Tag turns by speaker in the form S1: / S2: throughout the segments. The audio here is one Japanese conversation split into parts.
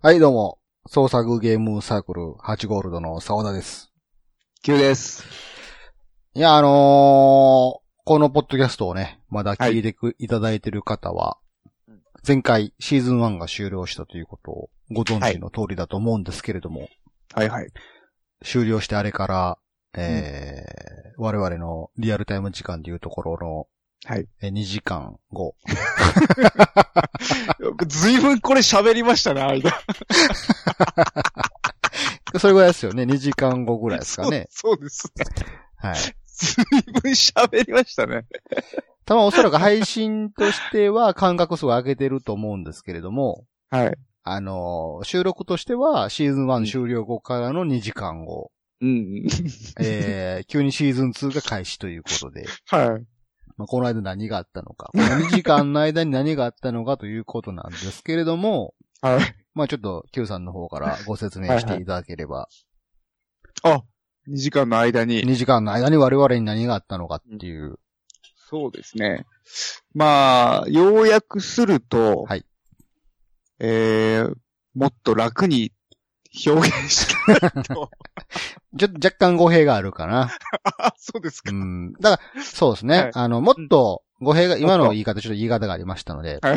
S1: はい、どうも。創作ゲームサークル8ゴールドの沢田です。
S2: 急です。
S1: いや、あのーこのポッドキャストをね、まだ聞いてく、い、ただいてる方は、前回シーズン1が終了したということをご存知の通りだと思うんですけれども、
S2: はいはい。
S1: 終了してあれから、えー我々のリアルタイム時間でいうところ
S2: はい。
S1: のえー2時間後。
S2: ずいぶんこれ喋りましたね、間。。
S1: それぐらいですよね。2時間後ぐらいですかね
S2: そうそうですね。
S1: はい。
S2: ずいぶん喋りましたね。
S1: 多分おそらく配信としては間隔数を上げてると思うんですけれども、
S2: はい。
S1: あのー、収録としては、シーズン
S2: う
S1: 1
S2: ん
S1: 終了後からの2時間 後、
S2: うん。
S1: えー、急にシーズン2が開始ということで、
S2: はい。
S1: まあ、この間何があったのか、この2時間の間に何があったのかということなんですけれども、
S2: はい。
S1: まあちょっと Q さんの方からご説明していただければ、
S2: あ、2時間の間に。
S1: 2時間の間に我々に何があったのかっていう、
S2: そうですね。まあ、要約すると、
S1: はい。
S2: えー、もっと楽に表現したいと。
S1: ちょっと若干語弊があるかな。
S2: あ、 そうです
S1: う
S2: か。
S1: ん。だから、そうですね。
S2: はい
S1: あの、もっと語弊が、今の言い方、ちょっと言い方がありましたので、
S2: はい。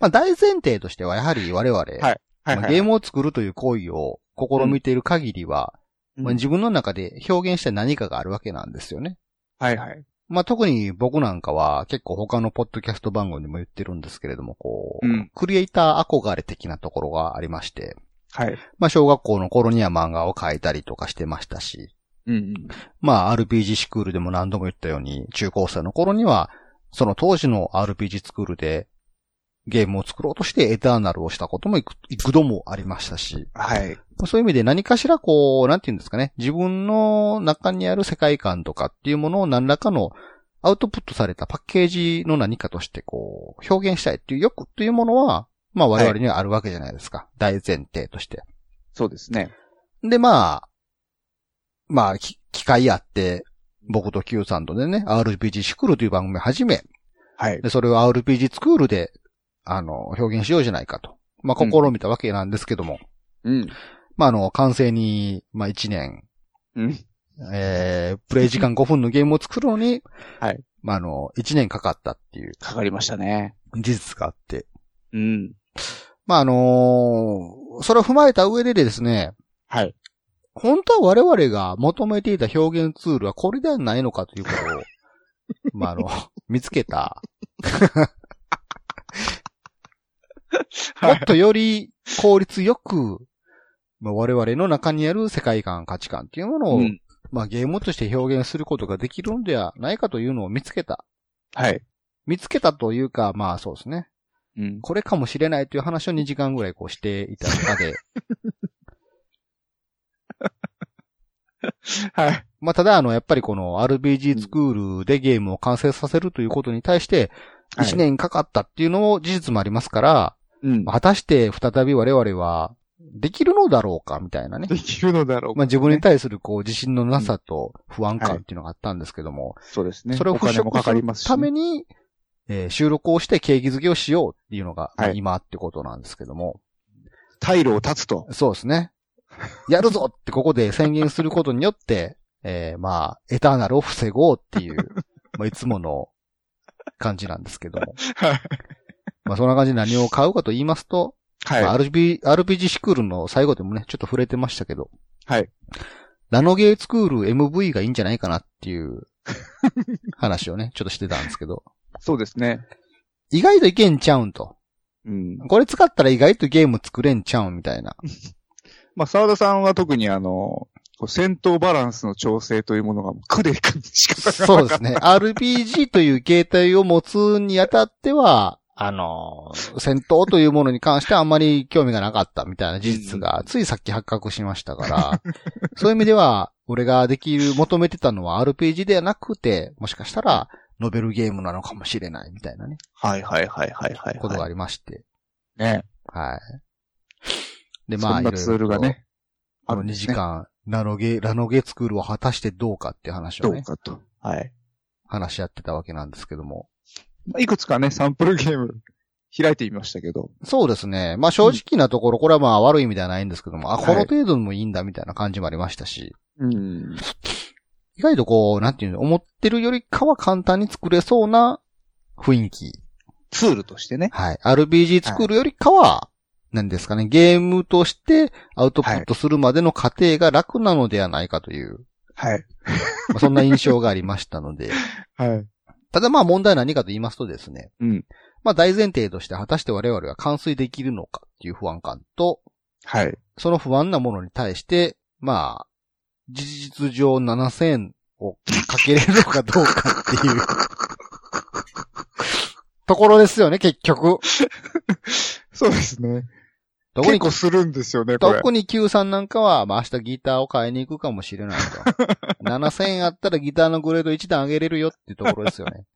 S1: まあ大前提としてはやはり我々、
S2: はい
S1: まあ
S2: は
S1: ゲ
S2: い。
S1: ームを作るという行為を試みている限りは、
S2: うん
S1: まあ自分の中で表現した何かがあるわけなんですよね。
S2: はいはい。
S1: まあ、特に僕なんかは結構他のポッドキャスト番組でも言ってるんですけれども、こう、
S2: うん
S1: クリエイター憧れ的なところがありまして、
S2: はい。
S1: まあ、小学校の頃には漫画を描いたりとかしてましたし、
S2: うんうん。
S1: まあ、RPG スクールでも何度も言ったように、中高生の頃には、その当時の RPG スクールでゲームを作ろうとしてエターナルをしたこともいく幾度もありましたし、
S2: はい。
S1: そういう意味で何かしらこう、なんていうんですかね、自分の中にある世界観とかっていうものを何らかのアウトプットされたパッケージの何かとしてこう、表現したいっていう欲っていうものは、まあ我々にはあるわけじゃないですか。大前提として。
S2: そうですね。
S1: で、まあ、まあ、き機会あって、僕と Q さんとでね、RPG シクールという番組を始め、
S2: はい。
S1: で、それを RPG スクールで、あの、表現しようじゃないかと。まあ、試みたわけなんですけども、
S2: うん。
S1: まあ、あの、完成に、まあ、1年、
S2: うん。
S1: えー、プレイ時間5分のゲームを作るのに、
S2: はい。
S1: まあ、あの、1年かかったっていう
S2: かかりましたね。
S1: 事実があって。
S2: うん。
S1: まあ、あのーそれを踏まえた上でですね、
S2: はい。
S1: 本当は我々が求めていた表現ツールはこれではないのかという ことを、まあ、あの、見つけた。もっとより効率よく、まあ、我々の中にある世界観、価値観っていうものを、
S2: うん
S1: まあ、ゲームとして表現することができるんではないかというのを見つけた。
S2: はい。
S1: 見つけたというか、まあそうですね。
S2: うん。
S1: これかもしれないという話を2時間ぐらいこうしていた中で。
S2: はい。
S1: まあただあの、やっぱりこの RPG スクールでゲームを完成させるということに対して、
S2: はい
S1: 1年かかったっていうのも事実もありますから、
S2: うん。
S1: 果たして再び我々はできるのだろうかみたいなね。
S2: できるのだろうか
S1: まあ自分に対するこう自信のなさと不安感っていうのがあったんですけども、
S2: そうですね。
S1: それを
S2: お
S1: 払
S2: 金も
S1: 拭
S2: か
S1: す
S2: かり
S1: る
S2: ますし。
S1: ために、えー収録をして景気づけをしようっていうのが、まあ
S2: はい
S1: 今ってことなんですけども。
S2: 退路を断つと。
S1: そうですね。やるぞってここで宣言することによって、 えーまあ、エターナルを防ごうって いう、まあ、いつもの感じなんですけども。
S2: はい。
S1: まあ、そんな感じで何を買うかと言いますと、ま
S2: は
S1: あ RB、RPG シクールの最後でもね、ちょっと触れてましたけど、
S2: はい。
S1: ナノゲースクール MV がいいんじゃないかなっていう 話をね、ちょっとしてたんですけど、
S2: そうですね。
S1: 意外といけんちゃうんと。
S2: うん。
S1: これ使ったら意外とゲーム作れんちゃうんみたいな。
S2: まあ、沢田さんは特にあの、こう戦闘バランスの調整というものが苦で感じ 方が。
S1: そうですね。RPG という形態を持つにあたっては、あの、戦闘というものに関してはあんまり興味がなかったみたいな事実が、ついさっき発覚しましたから、そういう意味では、俺ができる、求めてたのは RPG ではなくて、もしかしたら、ノベルゲームなのかもしれないみたいなね、
S2: はいはいはいはいはい、
S1: ことが
S2: は
S1: ありまして。
S2: い。ね。
S1: はい。で、ま
S2: そ
S1: あ、
S2: ん
S1: いろ
S2: ない
S1: ろ
S2: ツールがね。
S1: とこの2時間、ナノゲ、ラノゲスクールを果たしてどうかっていう話
S2: ど
S1: を
S2: う
S1: ね、
S2: かと。はい。
S1: 話し合ってたわけなんですけども。
S2: まあいくつかね、サンプルゲーム 開いてみましたけど。
S1: そうですね。まあ正直なところ、これはまあ悪い意味ではないんですけども、あ、この程度でもいいんだみたいな感じもありましたし、
S2: うん。
S1: 意外とこう、なんていうの、思ってるよりかは簡単に作れそうな雰囲気。
S2: ツールとしてね。
S1: はい。RPG 作るよりかは、何ですかね、ゲームとしてアウトプットするまでの過程が楽なのではないかという、
S2: はい。
S1: まあそんな印象がありました ので。
S2: はい。
S1: ただまあ問題は何かと言いますとですね、
S2: うん。
S1: まあ大前提として果たして我々は完遂できるのかっていう不安感と、
S2: はい。
S1: その不安なものに対して、まあ、事実上7000をかけれるのかどうかっていう ところですよね、結局。
S2: そうですね。
S1: 特
S2: 結
S1: に、
S2: 構するんですよね、これ。
S1: 特に Q さんなんかは、まあ明日ギターを買いに行くかもしれないと。7000円あ ったらギターのグレード1段上げれるよっていうところですよね。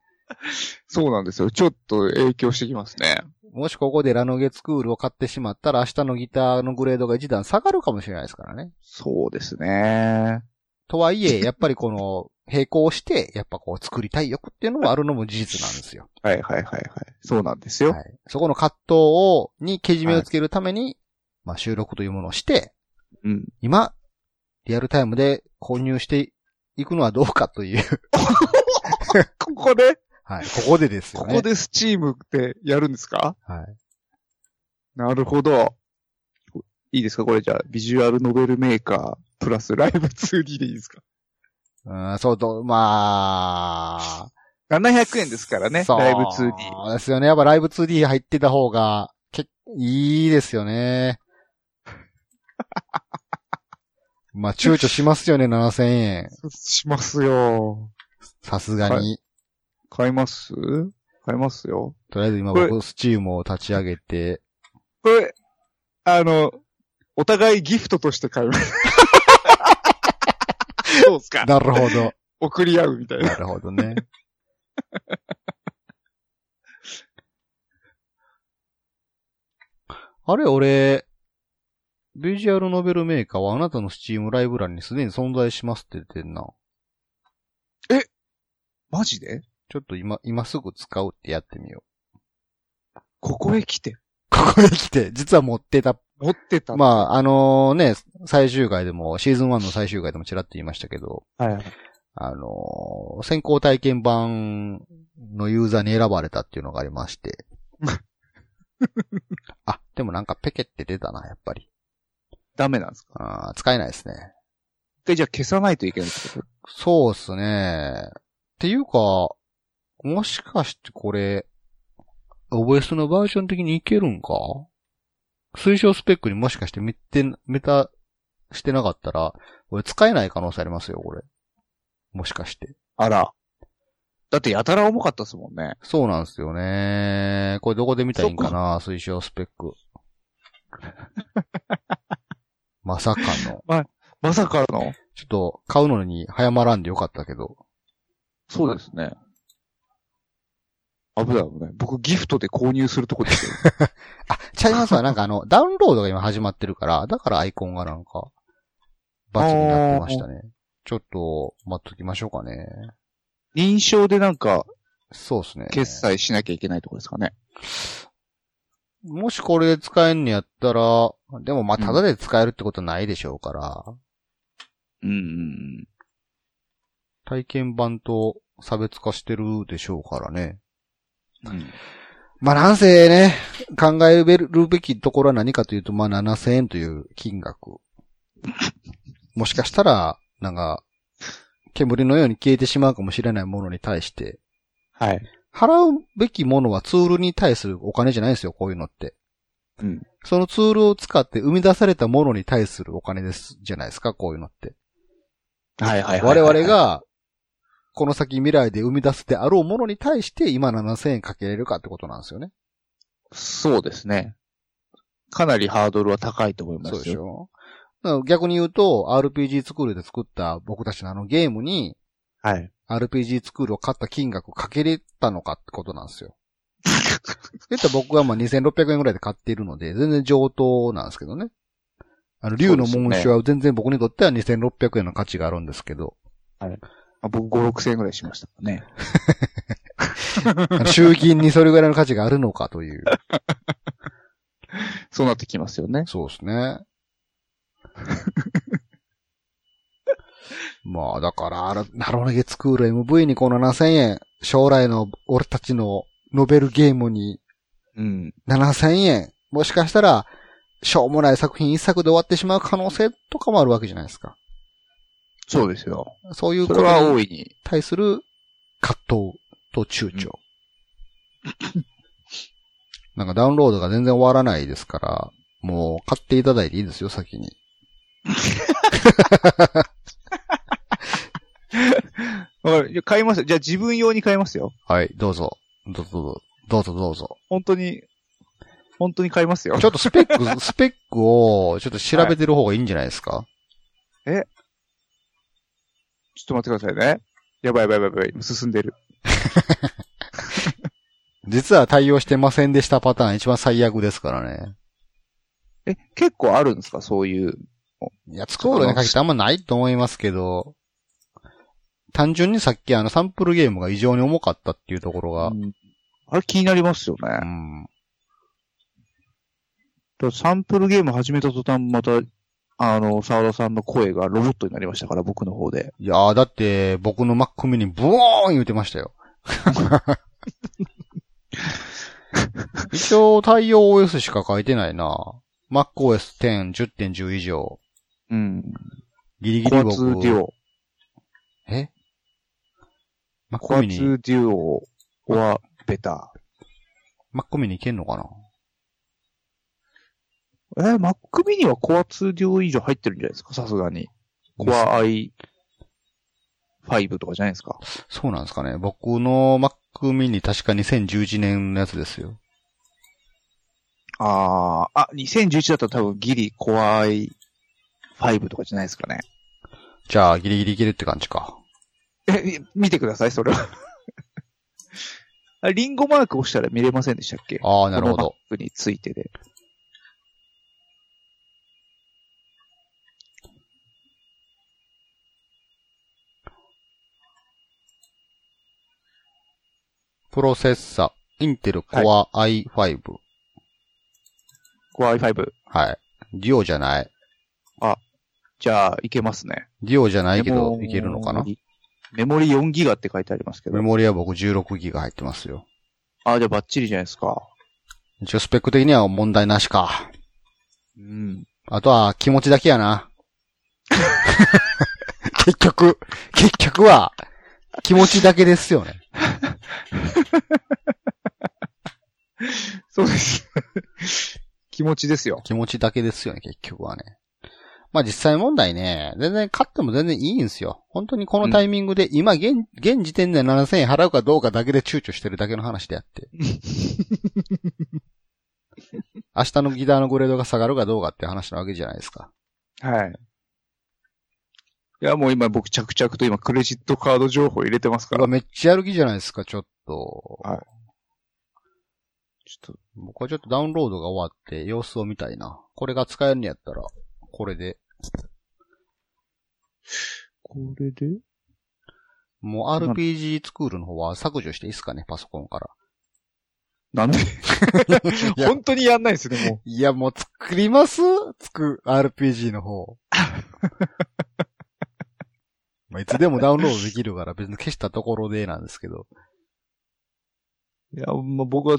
S2: そうなんですよ。ちょっと影響してきますね。
S1: もしここでラノゲツクールを買ってしまったら明日のギターのグレードが1段下がるかもしれないですからね。
S2: そうですね。
S1: とはいえ、やっぱりこの、並行して、やっぱこう作りたい欲っていうのもあるのも事実なんです よ。
S2: はいはいはいはい。そうなんですよ。
S1: はい。そこの葛藤を、にけじめをつけるために、まあ収録というものをして、
S2: うん。
S1: 今、リアルタイムで購入していくのはどうかという、
S2: ここで、
S1: はい。ここでですよ
S2: こ
S1: ね。
S2: こでスチームってやるんですか
S1: はい。
S2: なるほど。いいですかこれじゃあ、ビジュアルノベルメーカー、プラスライブ 2D でいいですか
S1: うん、そうと、まあ、
S2: ?700 円ですからね、
S1: そう
S2: ライブ 2D。
S1: そうですよね。やっぱライブ 2D 入ってた方が、けいいですよ ね。まあ、躊躇しますよね、7000円。
S2: しますよ。
S1: さすがに。
S2: は買います買いますよ。
S1: とりあえず今
S2: こ
S1: 僕、スチームを立ち上げて、
S2: これ、あの、お互いギフトとして買います。 そうっす か
S1: なるほど。
S2: 送り合うみたいな。
S1: なるほど ね。あれ、俺、ビジュアルノベルメーカーはあなたのスチームライブ欄にすでに存在しますって言ってんな。
S2: マジで
S1: ちょっと今、今すぐ使う ってやってみよ
S2: ここへ来て。
S1: う。ここへ来て、実は持ってた。
S2: 持ってた。
S1: まあ、あのね、最終回でも、シーズン1の最終回でもちらっと言いましたけど、
S2: あ、はいはい。
S1: あのー先行体験版のユーザーに選ばれたっていうのがありまして。あ、でもなんかペケって出たな、やっぱり。
S2: ダメなんですか
S1: あー使えないですね。
S2: で、じゃあ消さないといけないってこと
S1: そうっすね。っていうか、もしかしてこれ、OS のバージョン的にいけるんか推奨スペックにもしかしてメて、メタしてなかったら、俺使えない可能性ありますよ、これ。もしかして。
S2: あら。だってやたら重かったですもんね。
S1: そうなんですよね。これどこで見たらいいんかな推奨スペック。 まさかの。
S2: まさかの。
S1: ちょっと、買うのに早まらんでよかったけど。
S2: そうですね。危ない危ない。僕ギフトで購入するとこ ですよ。
S1: あ、ちゃい ますわ。なんかあの、ダウンロードが今始まってるから、だからアイコンがなんか、バツになってましたね。ちょっと、待っときましょうかね。
S2: 認証でなんか
S1: そうですね。
S2: 決済しなきゃいけないとこですかね。
S1: もしこれで使えんのやったら、でもまあ、ただで使えるってことはないでしょうから、
S2: うんうん
S1: 体験版と差別化してるでしょうからね。
S2: うん。うん
S1: まあ、なんせね、考えるべきところは何かというと、まあ、7000円という金額。 もしかしたら、なんか、煙のように消えてしまうかもしれないものに対して、
S2: はい。
S1: 払うべきものはツールに対するお金じゃないんですよ、こういうのって。
S2: うん。
S1: そのツールを使って生み出されたものに対するお金です、じゃないですか、こういうのって。
S2: はいはいはい。
S1: 我々、が、この先未来で生み出すであろうものに対して、今7000円かけれるかってことなんですよね。
S2: そうですね。かなりハードルは高いと思いま
S1: そ
S2: すよ。
S1: うでしょだから逆に言うと、RPG スクールで作った僕たちのあのゲームに、
S2: はい。
S1: RPG スクールを買った金額かけれたのかってことなん ですよ。でったら僕はまあ2600円ぐらいで買っているので、全然上等なんですけどね。あの、竜の紋章は全然僕にとっては2600円の価値があるんですけど、
S2: あ僕5、6千円ぐらいしましたからね。
S1: 集金にそれぐらいの価値があるのかという。
S2: そうなってきますよね。
S1: そうですね。 まあ、だから、あらなるほど、月クール MV にこの7000円、将来の俺たちのノベルゲームに
S2: うん。
S1: 7000円、もしかしたら、しょうもない作品一作で終わってしまう可能性とかもあるわけじゃないですか。
S2: そうですよ。
S1: そういう
S2: そ
S1: こ
S2: れは
S1: と
S2: 大
S1: に
S2: いに。
S1: 対する葛藤と躊 躇。なんかダウンロードが全然終わらないですから、もう買っていただいていいですよ、先に。
S2: わかるいや買いますよ。じゃあ自分用に買いますよ。
S1: はい、どうぞ。どうぞ、どうぞ、どうぞ。
S2: 本当に、本当に買いますよ
S1: ち。ょっとスペッ ク、スペックを、ちょっと調べてる方がいいんじゃないですか、
S2: ちょっと待ってくださいね。やばいやばいやばいやばい。進んでる。
S1: 実は対応してませんでしたパターン一番最悪ですからね。
S2: え、結構あるんですかそういう。
S1: いや、スクールに限ってあんまないと思いますけど、単純にさっきあのサンプルゲームが異常に重かったっていうところが、
S2: うんあれ気になりますよね。だ
S1: う
S2: か
S1: ん、
S2: らサンプルゲーム始めた途端、また、あの、沢田さんの声がロボットになりましたから、僕の方で。
S1: いやー、だって僕の Mac mini ブオーン言ってましたよ。 一応対応 OS しか書いてないな。MacOS 10、10.10以上。
S2: うん。
S1: ギリギ
S2: コ
S1: リ
S2: アツーデュ
S1: 僕、
S2: オ。
S1: え
S2: コ
S1: ?Mac
S2: アツ
S1: mini、
S2: ーデュオはベタ
S1: Mac mini いけんのかな
S2: ー。えー、Mac mini はコアツーデュオ以上入ってるんじゃないですかさすがに。コア i5 とかじゃないですか。
S1: そうなんですかね。僕の Mac mini 確か2011年のやつですよ。
S2: ああ、あ、2011だったら多分ギリコア i5 とかじゃないですかね。
S1: じゃあ、ギリギリいけるって感じか。
S2: え、い見てください、それは。 あリンゴマーク押したら見れませんでしたっけ
S1: ああ、なるほ
S2: この
S1: ど。
S2: Mac についてで。
S1: プロセッサ、インテル Core i5。
S2: コア i5。
S1: はい。デュオじゃない。
S2: じゃあ、いけますね。
S1: デュオじゃないけ
S2: メ
S1: ど
S2: モ、
S1: いけるのかな
S2: メモリ4ギガって書いてありますけ
S1: メ
S2: ど。
S1: モリは僕 16GB 入ってますよ。
S2: ああ、じゃあバッチリじゃないですか。
S1: 一応スペック的には問題なしか。
S2: うん。
S1: あとは気持ちだけやな。結局、結局は気持ちだけですよね。
S2: そうです。気持ちですよ。
S1: 気持ちだけですよね、結局はね。まあ実際問題ね、全然買っても全然いいんですよ。本当にこのタイミングで、今現、現時点で7000円払うかどうかだけで躊躇してるだけの話であって。明日のギターのグレードが下がるかどうかって話なわけじゃないですか。
S2: はい。いや、もう今僕着々と今クレジットカード情報入れてますか
S1: う
S2: ら
S1: わ、。めっちゃやる気じゃないですか、ちょっと。
S2: はいちょっと、
S1: 僕はちょっとダウンロードが終わって様子を見たいな。これが使えるんやったら、これで。
S2: これで
S1: もう RPG スクールの方は削除していいですかね、パソコン から。
S2: なんで
S1: いや
S2: 本当にやんないですね、も
S1: いや、もう作りますつく、RPG の方。 まあいつでもダウンロードできるから別に消したところでなんですけど。
S2: う。いや、まあ、僕は、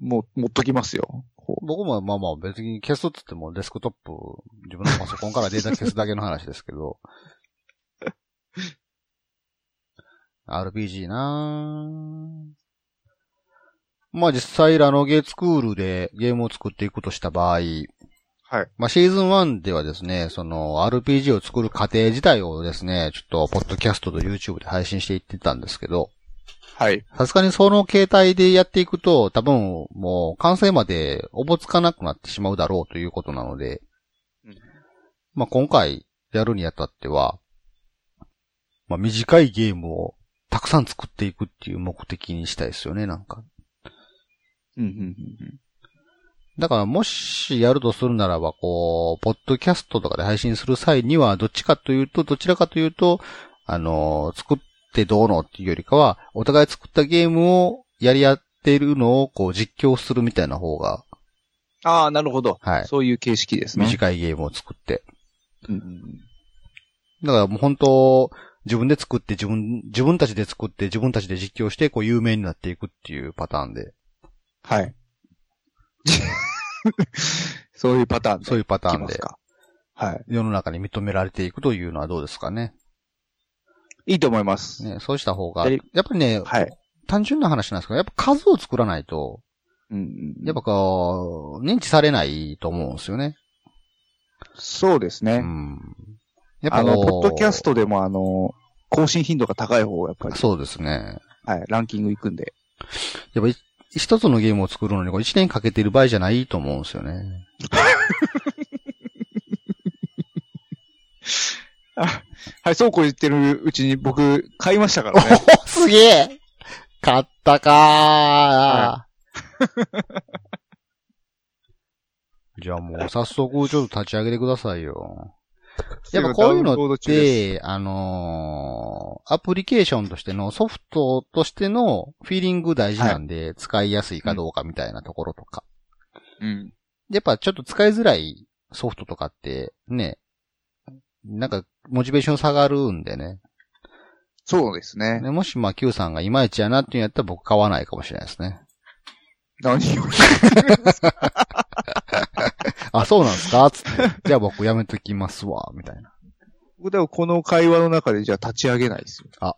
S2: もう、持っときますよ。こ
S1: 僕もまあまあ別に消すっつってもデスクトップ、自分のパソコンからデータ消すだけの話ですけど。RPG なぁ。まあ実際ラノゲーツクールでゲームを作っていくとした場合、
S2: うはい。
S1: まあ、シーズン1ではですね、その RPG を作る過程自体をですね、ちょっとポッドキャストと YouTube で配信していってたんですけど、
S2: はい。
S1: さすがにその形態でやっていくと、多分もう完成までおぼつかなくなってしまうだろうということなので
S2: うん、
S1: まあ、今回やるにあたっては、まあ、短いゲームをたくさん作っていくっていう目的にしたいですよね、なんか。
S2: うん、うん、
S1: だからもしやるとするならば、こう、ポッドキャストとかで配信する際には、どっちかというと、どちらかというと、あの、作っってどうのっていうよりかは、お互い作ったゲームをやり合ってるのをこう実況するみたいな方が、
S2: ああ、なるほど。
S1: はい
S2: そういう形式ですね。
S1: 短いゲームを作って。
S2: うんうん
S1: だからもう本当、自分で作って自分、自分たちで作って自分たちで実況してこう有名になっていくっていうパターンで、
S2: はい。 そういうパターンで。
S1: そういうパター
S2: いき
S1: ン
S2: ます
S1: で
S2: か。はい。
S1: 世の中に認められていくというのはどうですかね。
S2: いいと思います。
S1: ねそうした方が、
S2: や
S1: やっ
S2: り
S1: ぱりね、
S2: はい。
S1: 単純な話なんですけど、やっぱ数を作らないと、
S2: うんうん
S1: やっぱこう、認知されないと思うんですよね。
S2: そうです
S1: う
S2: ね。
S1: ん。や
S2: あの、
S1: こう
S2: ポッドキャストでもあの、更新頻度が高い方がやっぱり、
S1: そうですね。
S2: はい、ランキングいくんで。
S1: やっぱい一つのゲームを作るのにこう一年かけてる場合じゃないと思うんですよね。
S2: はい、そうこう言ってるうちに僕、買いましたからね。
S1: すげえ買ったかー じゃあもう早速ちょっと立ち上げてくださいよ。 やっぱこういうの
S2: ダウンロード
S1: っ
S2: 中です、
S1: て、あのーアプリケーションとしてのソフトとしてのフィーリング大事なんで、使いやすいかどうかみたいなところとか。
S2: うん。
S1: やっぱちょっと使いづらいソフトとかって、ね、なんか、モチベーション下がるんでね。
S2: そうですね。
S1: ねもしまあ Q さんがいまいちやなっていうんやったら僕買わないかもしれないですね。
S2: 何を言っ
S1: あ、そうなんですかつ って。じゃあ僕やめときますわ、みたいな。
S2: 僕でもこの会話の中でじゃあ立ち上げないですよ。
S1: あ。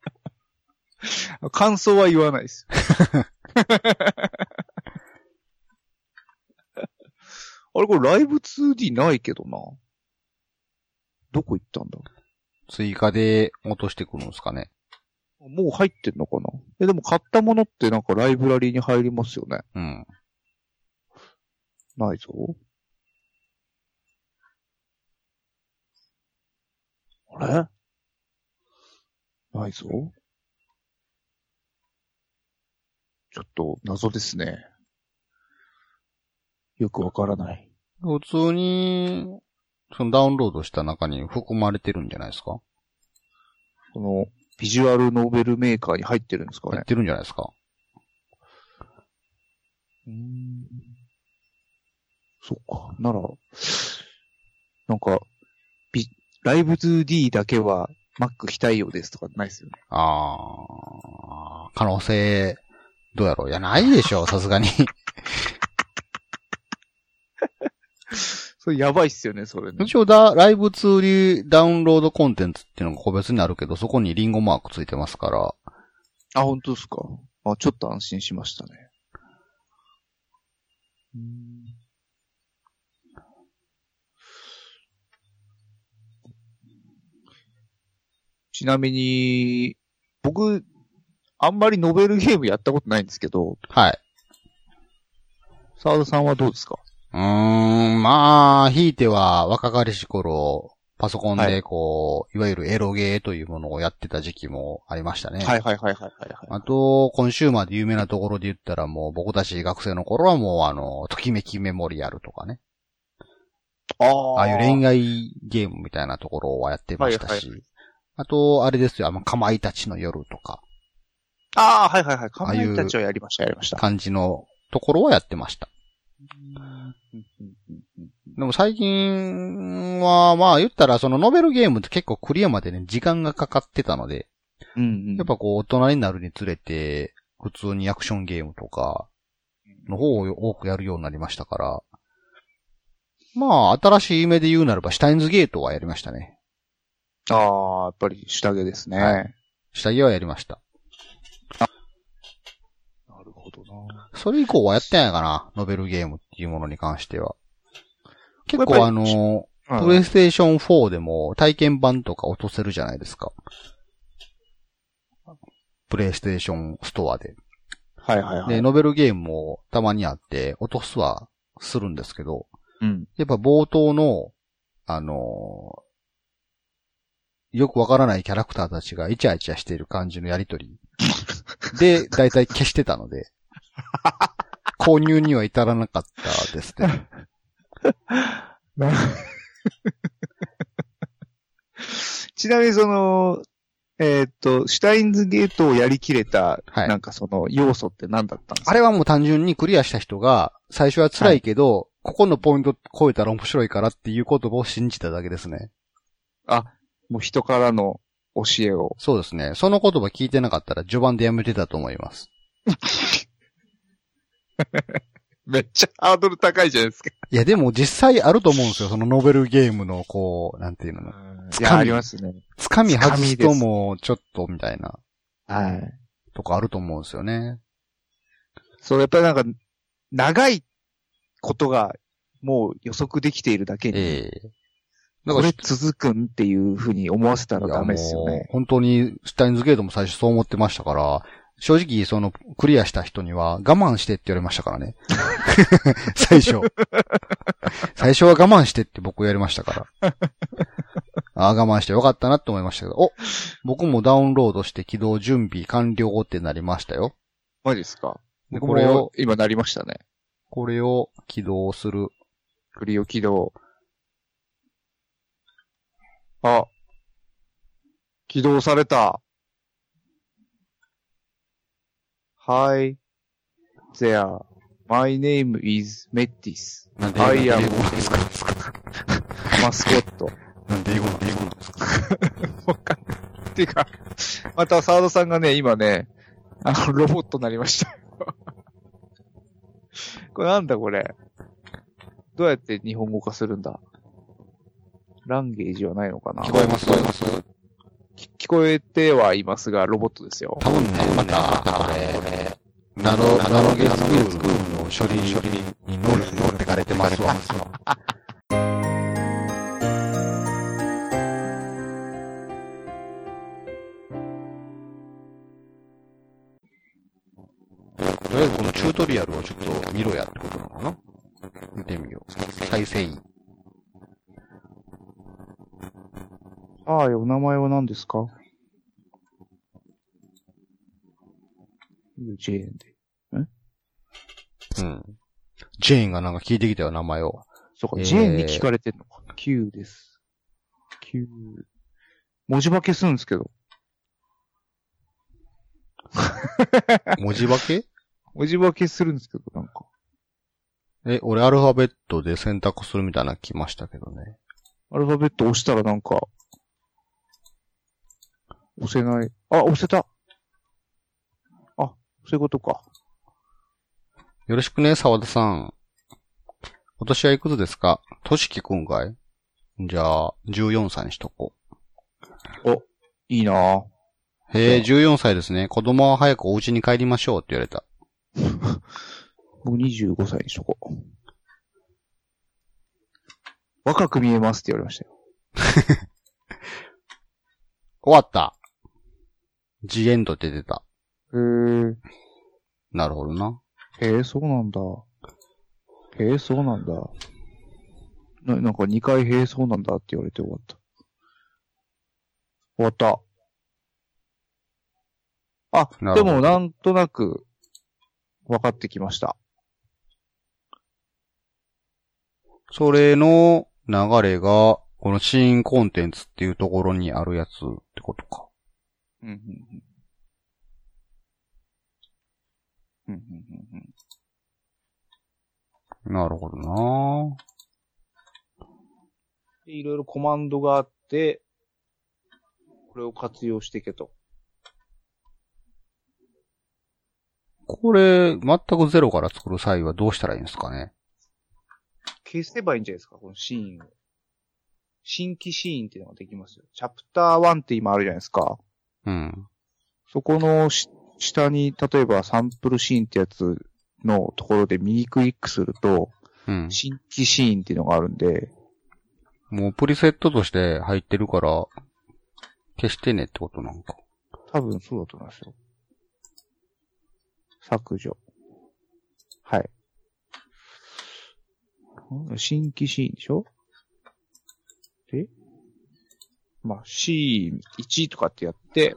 S2: 感想は言わないです。あれこれライブ 2D ないけどな。どこ行ったんだ
S1: 追加で落としてくるんですかね。
S2: もう入ってんのかなえ、でも買ったものってなんかライブラリーに入りますよね。
S1: うん。
S2: ないぞ。あれないぞ。ちょっと謎ですね。よくわからない。
S1: 普通に、そのダウンロードした中に含まれてるんじゃないですか
S2: このビジュアルノベルメーカーに入ってるんですか
S1: 入
S2: ね
S1: っ。てるんじゃないですか
S2: うーんそっか。なら、なんか、ビライブ 2D だけは Mac 非対応ですとかないですよね。
S1: あー、可能性、どうやろういや、ないでし ょ、さすがに。
S2: それやばいっすよね、それね。
S1: 一応だ、ライブツーリダウンロードコンテンツっていうのが個別にあるけど、そこにリンゴマークついてますから、
S2: あ、本当ですか。あ、ちょっと安心しましたね。うーんちなみに、僕、あんまりノベルゲームやったことないんですけど、
S1: はい。
S2: 沢田さんはどうですか
S1: うーん、まあ、ひいては若かりし頃、パソコン
S2: は
S1: で
S2: い
S1: こう、い、わゆるエロゲーというものをやってた時期もありましたね。
S2: はいはいはいはいはい、は
S1: あと、コンシューマーで有名なところで言ったらもう僕たち学生の頃はもうあの、ときめきメモリアルとかね。
S2: い。あ
S1: ああいう
S2: 愛。
S1: 恋愛ゲームみたいなところはやってましたし。
S2: はいは
S1: あと、あれですよ、あの、かまいたちの夜とか、
S2: ああ、はいはいはい。か
S1: ああ
S2: ま
S1: いう
S2: いたちはやりました、やりました。
S1: 感じのところはやってました。
S2: うんうんうんうん
S1: でも最近は、まあ言ったらそのノベルゲームって結構クリアまでね、時間がかかってたので、
S2: うんうん
S1: やっぱこう大人になるにつれて、普通にアクションゲームとか、の方を多くやるようになりましたから、まあ新しい夢で言うならば、シュタインズゲートはやりましたね。
S2: ああ、やっぱり下着ですね。
S1: は下着はやりました。
S2: なるほどな。
S1: それ以降はやってないかな、ノベルゲームっていうものに関しては。結
S2: やっ
S1: 構
S2: ぱり
S1: あの、
S2: う
S1: プ
S2: ん
S1: レイステーション4でも体験版とか落とせるじゃないですか。プレイステーションストアで。
S2: はいはいはい。
S1: で、ノベルゲームもたまにあって、落とすはするんですけど、
S2: うん。
S1: やっぱ冒頭の、あのーよくわからないキャラクターたちがイチャイチャしている感じのやりと り。で、だいたい消してたので、購入には至らなかったですね。
S2: ちなみにその、えーっと、シュタインズゲートをやりきれた、
S1: はい
S2: なんかその要素って何だったんですか
S1: あれはもう単純にクリアした人が、最初は辛いけど、ここのポイント超えたら面白いからっていう言葉を信じただけですね。
S2: もう人からの教えを。
S1: そうですね。その言葉聞いてなかったら序盤でやめてたと思います。
S2: めっちゃハードル高いじゃないですか。
S1: いや、でも実際あると思うんですよ。そのノベルゲームの、こう、なんていうの、
S2: い
S1: 掴み
S2: や、ありますね。
S1: つかみ外すとも、ちょっとみたいな、
S2: はい。
S1: とかあると思うんですよね。
S2: そう、やっぱりなんか、長いことがもう予測できているだけに、
S1: ええ
S2: これ続くんっていうふうに思わせたらダメですよ
S1: いやもう
S2: ね。
S1: 本当に、スタインズゲートも最初そう思ってましたから、正直、その、クリアした人には、我慢してって言われましたから ね。最初。最初は我慢してって僕言われましたから。ああ、我慢してよかったなって思いましたけど、お僕もダウンロードして起動準備完了ってなりましたよ。
S2: マジですか
S1: で
S2: これを、今なりましたね。
S1: これを起動する。
S2: クリオ起動。あ。起動された。Hi, there. My name is Metis.
S1: なんで
S2: I
S1: 英
S2: am
S1: 語なんですか
S2: マスコット。
S1: なんで英語なん英語なんですか
S2: わかんない。っていうか、またサードさんがね、今ね、あの、ロボットになりました。 これなんだこれ。どうやって日本語化するんだランゲージはないのかな
S1: 聞こえます、聞こえます。
S2: き聞こえてはいますが、ロボットですよ。
S1: 多分ね、また、あれ、ナロ、ナロゲスクールの処理、処理に乗る、乗ってかれてますわ。とりあえずこのチュートリアルをちょっと見ろやってことなのかな見てみよう。再生員。
S2: ああ、お名前は何ですかジェーンで。
S1: うん。ジェーンがなんか聞いてきたよ、名前を。
S2: そう
S1: え
S2: か、
S1: ー
S2: ジェーンに聞かれてんのか。Q です。Q。文字化けするんですけど。
S1: 文字化け
S2: 文字化けするんですけど、なんか。
S1: え、俺アルファベットで選択するみたいなの来ましたけどね。
S2: アルファベット押したらなんか、押せない。あ、押せた。あ、そういうことか。
S1: よろしくね、沢田さん。今年はいくつですかとしきくんかいじゃあ、14歳にしとこ
S2: いいなぁ。
S1: う。へえ、14歳ですね。子供は早くお家に帰りましょうって言われた。
S2: 僕25歳にしとこう。若く見えますって言われましたよ。
S1: 終わった。ジエンドって出た。
S2: へ
S1: なるほどな。
S2: え。へえ、そうなんだ。へえ、そうなんだ。な、なんか2回へえ、そうなんだって言われて終わった。終わった。
S1: な
S2: で
S1: るほど
S2: も、なんとなく、分かってきました。
S1: それの流れが、このシーンコンテンツっていうところにあるやつってことか。
S2: うんうんうん。うんうんうんうん。
S1: なるほどな。
S2: でいろいろコマンドがあって、これを活用していけと。
S1: これ、全くゼロから作る際はどうしたらいいんですかね。
S2: 消せばいいんじゃないですか、このシーンを。新規シーンっていうのができますよ。チャプター1って今あるじゃないですか。
S1: うん。
S2: そこのし下に、例えばサンプルシーンってやつのところで右クリックすると、
S1: うん。
S2: 新規シーンっていうのがあるんで、
S1: もうプリセットとして入ってるから、消してねってことなんか。
S2: 多分そうだと思いますよ。削除。はい。ん新規シーンでしょでまあ、シーン1とかってやって、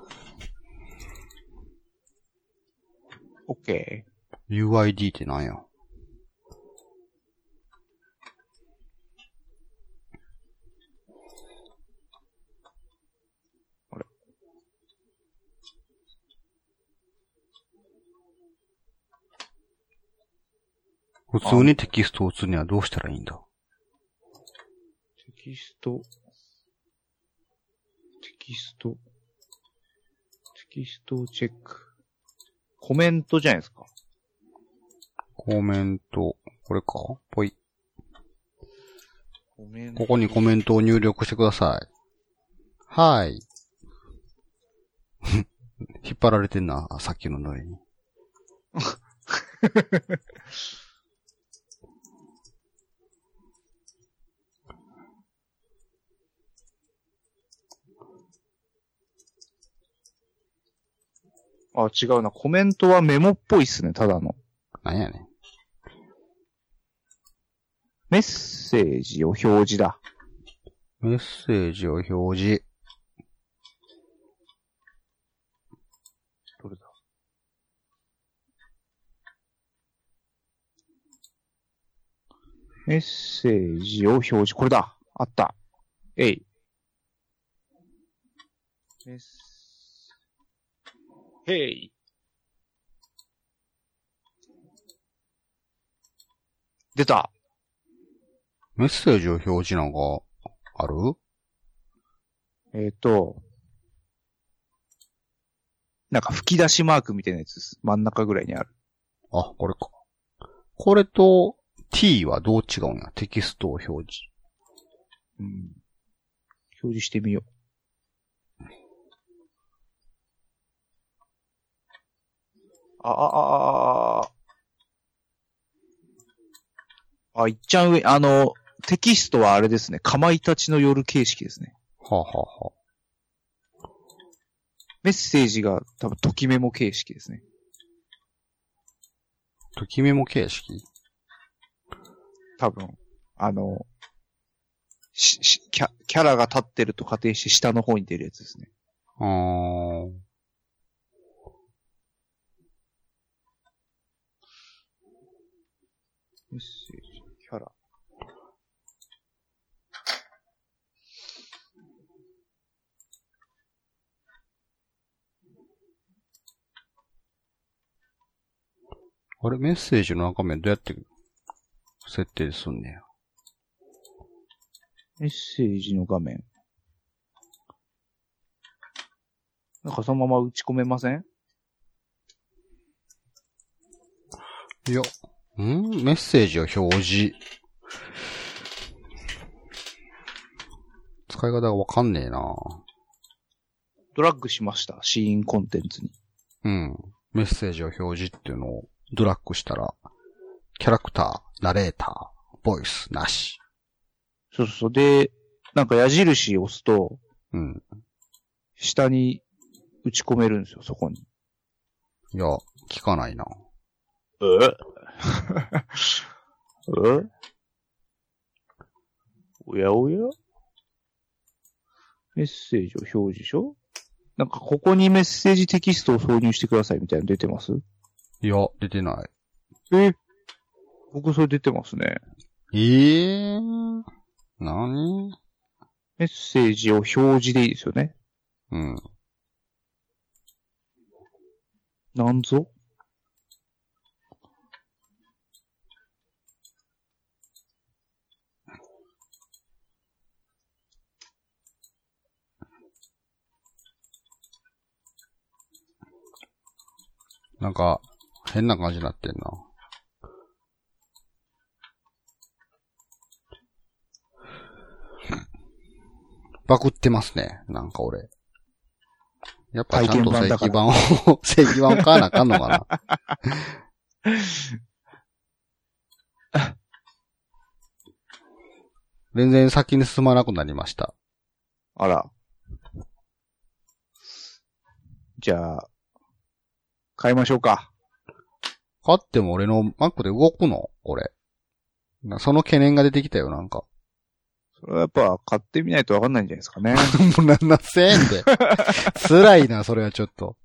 S2: OK。
S1: UID ってなんや。普通にテキストを打つにはどうしたらいいんだ
S2: テキスト。テキスト。テキストをチェック。コメントじゃないですか。
S1: コメント、これかぽい。
S2: コメン
S1: ここにコメントを入力してください。はい。 引っ張られてんな、さっきのノリに。
S2: あ、違うな。コメントはメモっぽいっすね、ただの。
S1: なんやねん。
S2: メッセージを表示だ。
S1: メッセージを表示。
S2: どれだメッセージを表示。これだ。あった。えい。メッセへい。出た。
S1: メッセージを表示なんか、ある
S2: えっ、と、なんか吹き出しマークみたいなやつです。真ん中ぐらいにある。
S1: あ、これか。これと t はどう違うんやテキストを表示。
S2: うん。表示してみよう。あ、あ、あ、あ、あ。あ、いっちゃん上、あの、テキストはあれですね。かまいたちの夜形式ですね。
S1: はあ、はあは
S2: メッセージが多分、ときメモ形式ですね。
S1: あ、ときメモ形式
S2: 多分、あの、し、し、キャ、キャラが立ってると仮定して下の方に出るやつですね。
S1: あー。
S2: メッセージ、キャラ。
S1: あれ、メッセージの中身はどうやって設定すんねや。
S2: メッセージの画面。なんかそのまま打ち込めません
S1: いや、んメッセージを表示。使い方がわかんねえな
S2: ドラッグしました。シーンコンテンツに。
S1: うん。メッセージを表示っていうのをドラッグしたら、キャラクター、ナレーター、ボイス、なし。
S2: そうそうそう。で、なんか矢印を押すと、
S1: うん。
S2: 下に打ち込めるんですよ、そこに。
S1: いや、聞かないな
S2: ええおやおやメッセージを表示しょなんかここにメッセージテキストを挿入してくださいみたいなの出てます
S1: いや、出てない。
S2: え僕それ出てますね。
S1: ええー、なに
S2: メッセージを表示でいいですよね。
S1: うん。
S2: なんぞ
S1: なんか、変な感じになってんな。バクってますね。なんか俺。やっぱちゃんと正規版を、正規版を買わなあかんのかな。全然先に進まなくなりました。
S2: あら。じゃあ、買いましょうか。
S1: 買っても俺の Mac で動くのこれ。なその懸念が出てきたよ、なんか。
S2: それはやっぱ買ってみないとわかんないんじゃないですかね。
S1: もう7000円 で。辛いな、それはちょっと。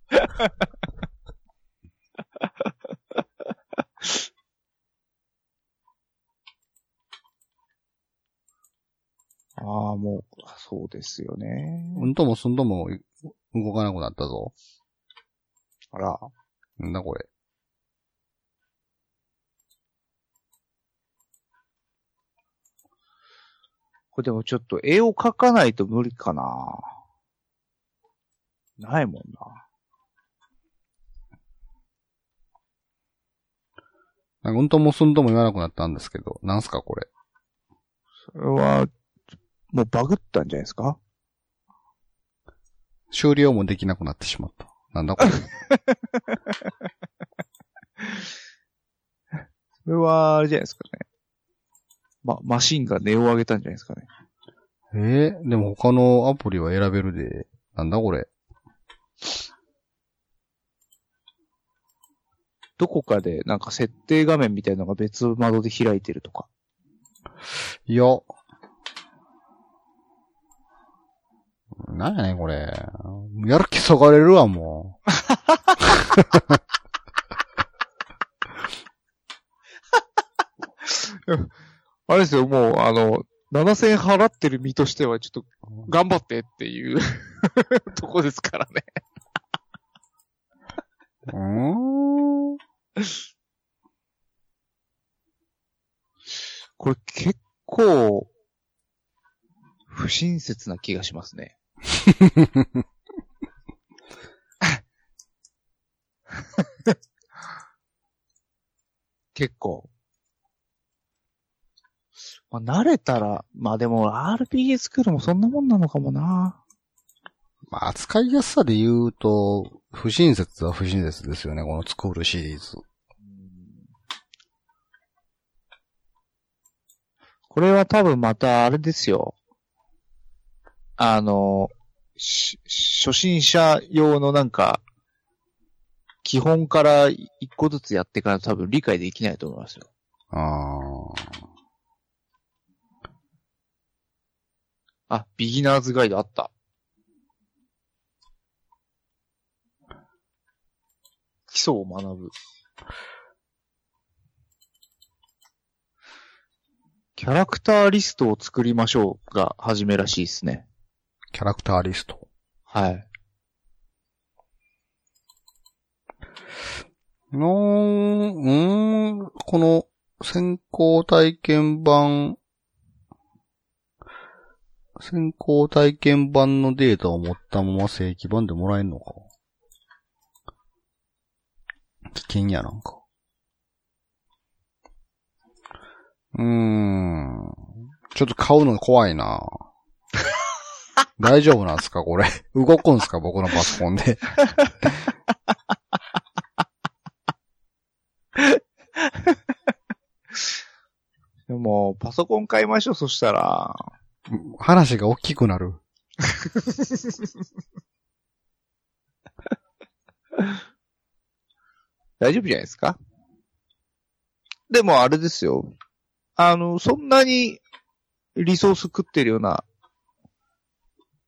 S2: ああ、もう、そうですよね。
S1: うんともすんとも動かなくなったぞ。
S2: あら。
S1: なんだこれ。
S2: これでもちょっと絵を描かないと無理かな。ないもんな。
S1: なんかうんともすんとも言わなくなったんですけど、なんすかこれ。
S2: それは、もうバグったんじゃないですか
S1: 終了もできなくなってしまった。なんだこれ。
S2: それは、あれじゃないですかね。ま、マシンが値を上げたんじゃないですかね。
S1: えーでも他のアプリは選べるで。なんだこれ。
S2: どこかで、なんか設定画面みたいなのが別窓で開いてるとか。
S1: いや。なんやねんこれ。やる気そがれるわ、 もう。
S2: あれですよ、もう、あの、7000円払ってる身としては、ちょっと、頑張ってっていう とこですからね。
S1: うーん。
S2: これ結構、不親切な気がしますね。結構。まあ、慣れたら、まあでも RPG 作るもそんなもんなのかもな。
S1: まあ、扱いやすさで言うと、不親切は不親切ですよね、このスクールシリーズ。
S2: これは多分またあれですよ。あの、し初心者用のなんか、基本から一個ずつやってから多分理解できないと思いますよ。
S1: あ
S2: あ、ビギナーズガイドあった。基礎を学ぶ。キャラクターリストを作りましょうが始めらしいですね。
S1: ーキャラクターリスト。
S2: はい。
S1: のーん、うーん、この先行体験版、先行体験版のデータを持ったまま正規版でもらえんのか。危険やなんか。うーん。ちょっと買うの怖いな大丈夫なんすかこれ。動くんすか僕のパソコンで。
S2: でも、パソコン買いましょう、そしたら。
S1: 話が大きくなる。
S2: 大丈夫じゃないですかでもあれですよ。あの、そんなにリソース食ってるような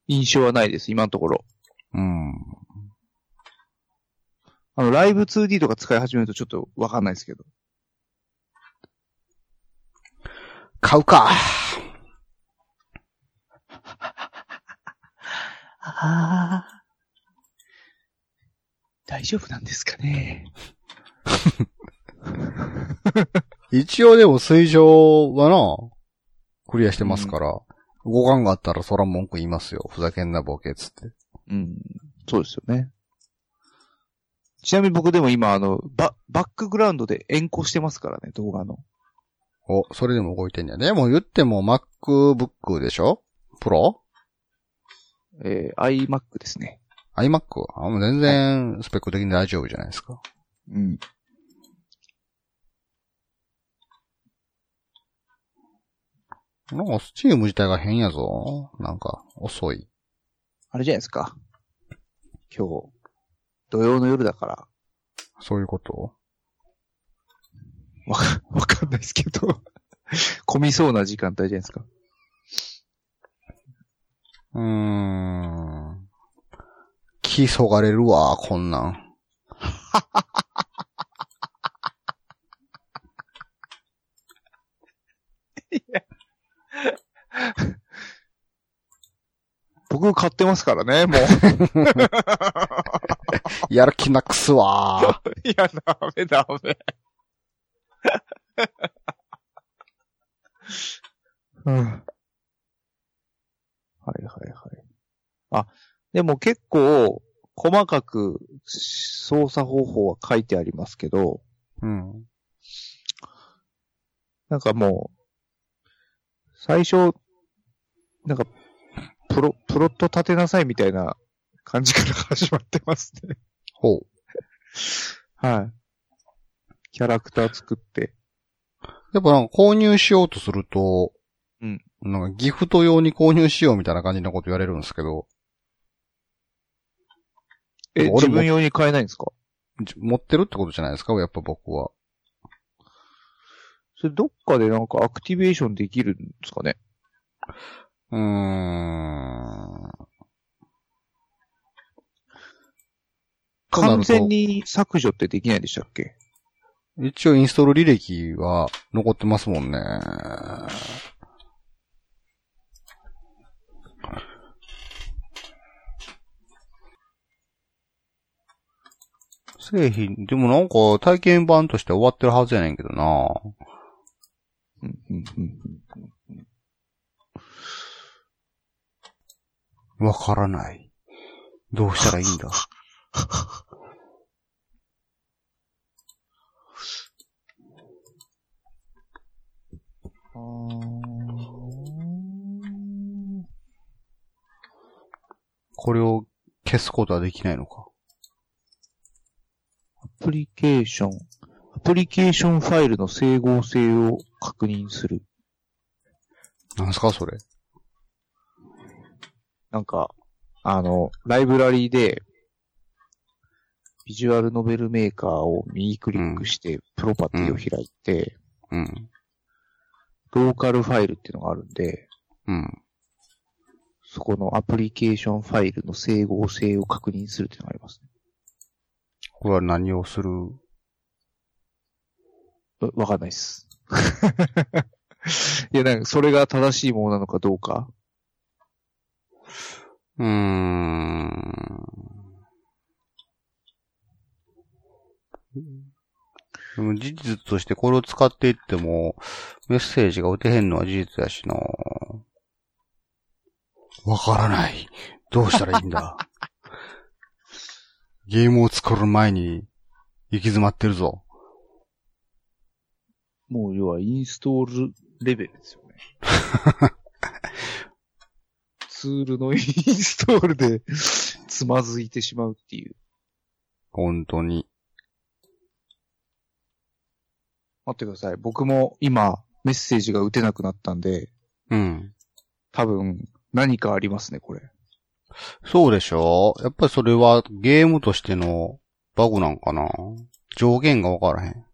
S2: 印象はないです、今のところ。
S1: うん。
S2: あの、ライブ 2D とか使い始めるとちょっとわかんないですけど。
S1: 買うか。
S2: ああ。大丈夫なんですかね。
S1: 一応でも水上はな、クリアしてますから、五感があったらそら文句言いますよ。ふざけんなボケっつって。
S2: うん。そうですよね。ちなみに僕でも今、あの、バ、バックグラウンドで遠行してますからね、動画の。
S1: お、それでも動いてんやね。もう言っても MacBook でしょプロ
S2: えー、iMac ですね。
S1: ?iMac? あもう全然スペック的に大丈夫じゃないですか。
S2: うん。
S1: なんか Steam 自体が変やぞ。なんか、遅い。
S2: あれじゃないですか。今日、土曜の夜だから、
S1: そういうこと
S2: わか、わかんないですけど、 混みそうな時間帯じゃないですか。
S1: うーん。気そがれるわ、こんなん。
S2: 僕買ってますからね、もう。
S1: やる気なくすわ。
S2: いや、ダメダメ。うん。でも結構、細かく操作方法は書いてありますけど、
S1: うん。
S2: なんかもう、最初、なんか、プロ、プロット立てなさいみたいな感じから始まってますね。
S1: ほう。
S2: はい。キャラクター作って。
S1: やっぱなんか購入しようとすると、
S2: うん。
S1: なんかギフト用に購入しようみたいな感じのこと言われるんですけど、俺
S2: え、
S1: も
S2: 自分用に買えないんですか
S1: じ持ってるってことじゃないですかやっぱ僕は。
S2: それどっかでなんかアクティベーションできるんですかね
S1: うーん。となると
S2: 完全に削除ってできないでしたっけ
S1: 一応インストール履歴は残ってますもんね。製品、でもなんか体験版として終わってるはずやねんけどな
S2: うん、うん、うん。
S1: わからない。どうしたらいいんだ。
S2: あー
S1: これを消すことはできないのか。
S2: アプリケーション。アプリケーションファイルの整合性を確認する。
S1: なんすかそれ。
S2: なんか、あの、ライブラリーで、ビジュアルノベルメーカーを右クリックして、プロパティを開いて、
S1: うん。
S2: ローカルファイルっていうのがあるんで、
S1: うん。
S2: そこのアプリケーションファイルの整合性を確認するっていうのがありますね。
S1: これは何をする
S2: わわかんないっす。いや、なんか、それが正しいものなのかどうか。
S1: うーん。でも事実としてこれを使っていっても、メッセージが打てへんのは事実やしなわからない。どうしたらいいんだ。ゲームを作る前に、行き詰まってるぞ。
S2: もう、要は、インストールレベルですよね。ツールのインストールで つまずいてしまうっていう。
S1: 本当に。
S2: 待ってください。僕も今、メッセージが打てなくなったんで、
S1: うん。
S2: 多分、何かありますね、これ。
S1: そうでしょやっぱりそれはゲームとしてのバグなんかな上限がわからへん。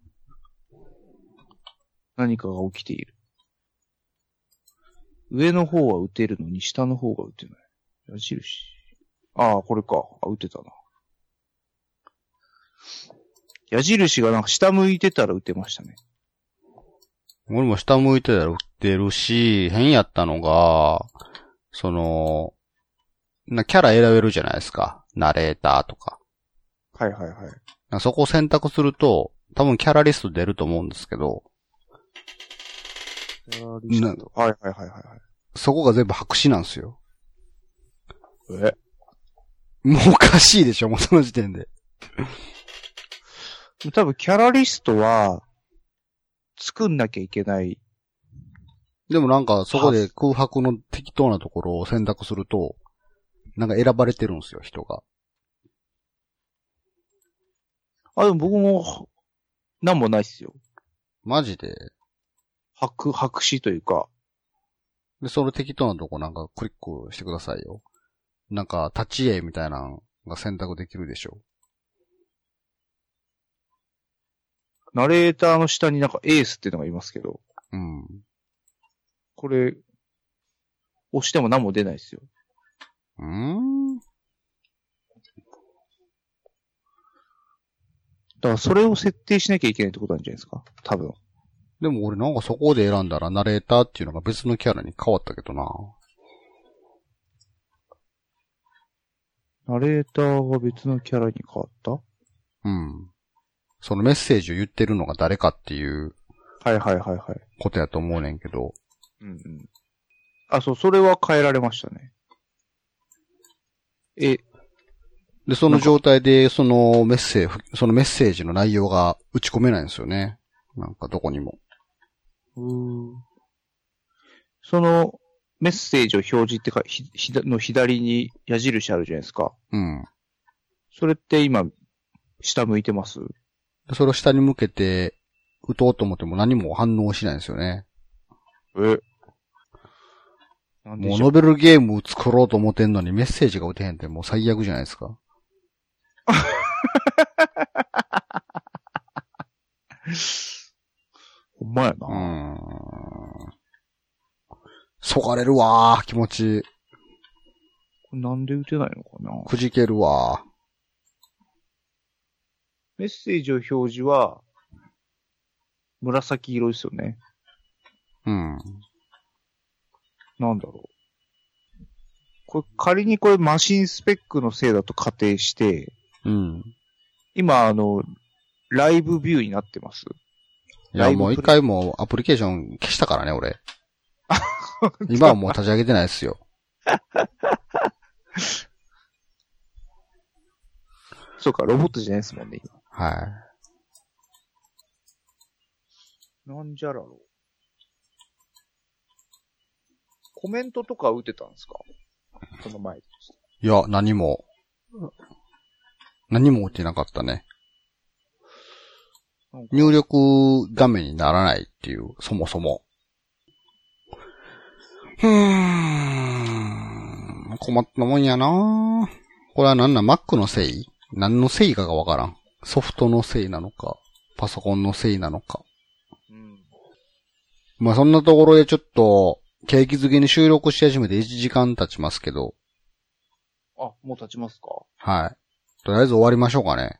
S2: 何かが起きている。上の方は打てるのに、下の方が打てない。矢印。ああ、これか。あ、打てたな。矢印がなんか下向いてたら打てましたね。
S1: 俺も下向いてたら売ってるし、変やったのが、その、な、キャラ選べるじゃないですか。ナレーターとか。
S2: はいはいはい。
S1: なそこを選択すると、多分キャラリスト出ると思うんですけど、な
S2: はいはいはいは
S1: そこが全部白紙なんですよ。
S2: いはい。
S1: もうおかしいでしょ、もうその時点で。
S2: え多分キャラリストは、作んなきゃいけない。
S1: でもなんか、そこで空白の適当なところを選択すると、なんか選ばれてるんですよ、人が。
S2: あ、でも僕も、なんもないっすよ。
S1: マジで。
S2: 白、白紙というか。
S1: で、その適当なとこなんかクリックしてくださいよ。なんか、立ち絵みたいなのが選択できるでしょ。
S2: ナレーターの下になんかエースっていうのがいますけど、
S1: うん。
S2: これ、押しても何も出ないですよ。
S1: うーん。
S2: だからそれを設定しなきゃいけないってことなんじゃないですか多分。
S1: でも俺なんかそこで選んだらナレーターっていうのが別のキャラに変わったけどな。
S2: ナレーターは別のキャラに変わった
S1: うん。そのメッセージを言ってるのが誰かっていう
S2: はいはいはいはい。
S1: ことやと思うねんけど。
S2: うんうん。あ、そう、それは変えられましたね。え、
S1: で、その状態で、そのメッセージ、そのメッセージの内容が打ち込めないんですよね。なんかどこにも。
S2: そのメッセージを表示ってか、ひ、ひだの左に矢印あるじゃないですか。
S1: うん。
S2: それって今、下向いてます
S1: でそれを下に向けて、打とうと思っても何も反応しないんですよね。
S2: えなんで
S1: もう
S2: しょ
S1: ノ
S2: う
S1: ベルゲーム作ろうと思ってんのにメッセージが打てへんってもう最悪じゃないですか。
S2: ほんまや
S1: う
S2: な。
S1: ん。そがれるわー、気持ち。
S2: これなんで打てないのかな
S1: くじけるわ
S2: メッセージを表示は、紫色ですよね。
S1: ー。うん。
S2: なんだろう。これ、仮にこれマシンスペックのせいだと仮定して、
S1: うん。
S2: 今、あの、ライブビューになってます。
S1: い
S2: ラ
S1: や、
S2: イブ
S1: もう一
S2: プレ
S1: 回もうアプリケーション消したからね、 俺。今はもう立ち上げてないですよ。
S2: そうか、ロボットじゃないですもんね、
S1: は
S2: なんじゃらろう。コメントとか打てたんですかその前。
S1: い。いや、何も。何も打ってなかったね。入力画面にならないっていう、そもそも。うーん。困ったもんやなこれはなんなん ?Mac のせい何のせいかがわからん。ソフトのせいなのか、パソコンのせいなのか。
S2: うん。
S1: まあ、そんなところでちょっと、景気づけに収録し始めて1時間経ちますけど、
S2: あ、もう立ちますか
S1: はい。とりあえず終わりましょうか ね。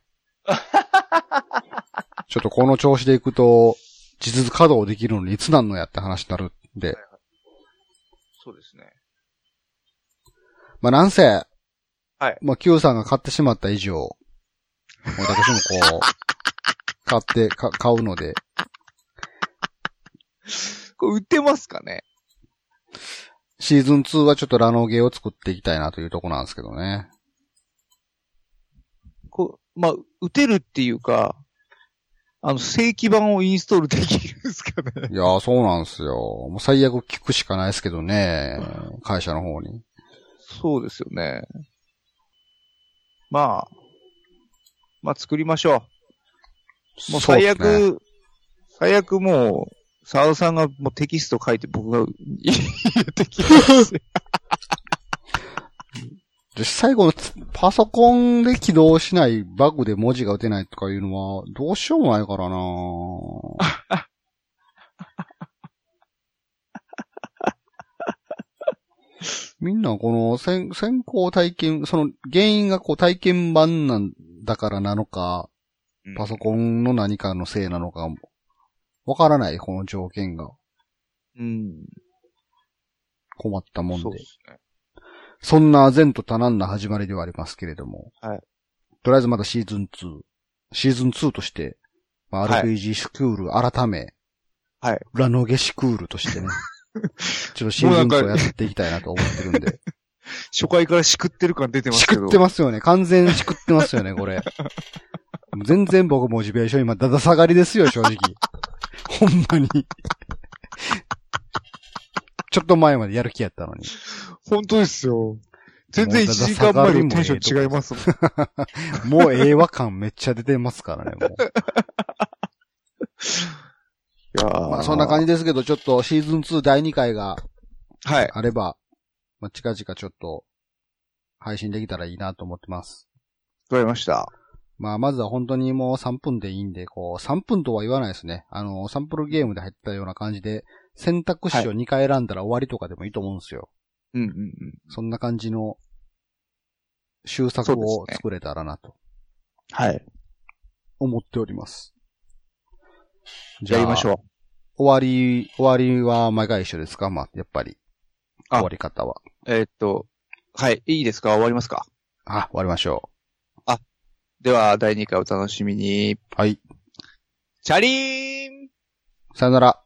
S1: ちょっとこの調子でいくと、実稼働できるのにいつなんのやって話になるんで。
S2: そうですね。
S1: まあ、なんせ、
S2: はい
S1: まあ、Q さんが買ってしまった以上、私もこう、買って、か、買うので、
S2: これ打てますかね
S1: シーズン2はちょっとラノゲーを作っていきたいなというとこなんですけどね。
S2: こうまあ、打てるっていうか、あの、正規版をインストールできるんですかね
S1: いやー、そうなんですよ。もう最悪聞くしかないですけどね。会社の方に。
S2: そうですよね。まあ、まあ作りましょう。もう
S1: そうっ
S2: 最
S1: す
S2: 悪、
S1: ね
S2: 最悪もう、沢田さんがもうテキスト書い て僕が入れてき ます。
S1: 実際このつパソコンで起動しないバグで文字が打てないとかいうのはどうしようもないからなぁ みんなこの先先行体験、その原因がこう体験版なんだからなのか、パソコンの何かのせいなのかも、わからないこの条件が
S2: ン。うん。
S1: 困ったもんで
S2: そう。ですね。
S1: そんな前途多難な始まりではありますけれども。
S2: はい。
S1: とりあえずまだシーズン2。シーズン2として、まあ、
S2: はい
S1: RPG スクール改め、
S2: はい。
S1: ラノゲシクールと してね。ちょっとシー
S2: もう
S1: ズ
S2: な
S1: ン
S2: んか
S1: 2やっていきたいなと思ってるんで。
S2: 初回からしくってる感出てま
S1: し
S2: すけ
S1: く
S2: ど。
S1: ってますよね。完全しくってますよね、これ。全然僕モチベーション今、だだ下がりですよ、正 直。ほんまに。ちょっと前までやる気やったのに。
S2: 本当ですよ。全
S1: もう
S2: 然1
S1: だだ
S2: 時間
S1: 下
S2: 前
S1: がり
S2: の
S1: も
S2: テンション違いますもん。
S1: もうええ和感めっちゃ出てますからね、もう。
S2: いやー
S1: まあそんな感じですけど、ちょっとシーズン2第2回が
S2: はい。
S1: あれば、まあ、近々ちょっと配信できたらいいなと思ってます。
S2: わかりました。
S1: まあまずは本当にもう3分でいいんで、こう3分とは言わないですね。あの、サンプルゲームで入ったような感じで、選択肢を2回選んだら終わりとかでもいいと思うんですよ。
S2: うんうんうん。
S1: そんな感じの修作を作れたらなと
S2: はい。
S1: 思っております。
S2: やりまし
S1: う。
S2: ょ
S1: 終わり、終わりは毎回一緒ですかまあ、やっぱり。
S2: あ
S1: 終わり方は。
S2: う。えーっと、はい。いいですか終わりますか
S1: あ、終わりましょう。
S2: では、第2回お楽しみに。
S1: はい。
S2: チャリーン
S1: さよなら。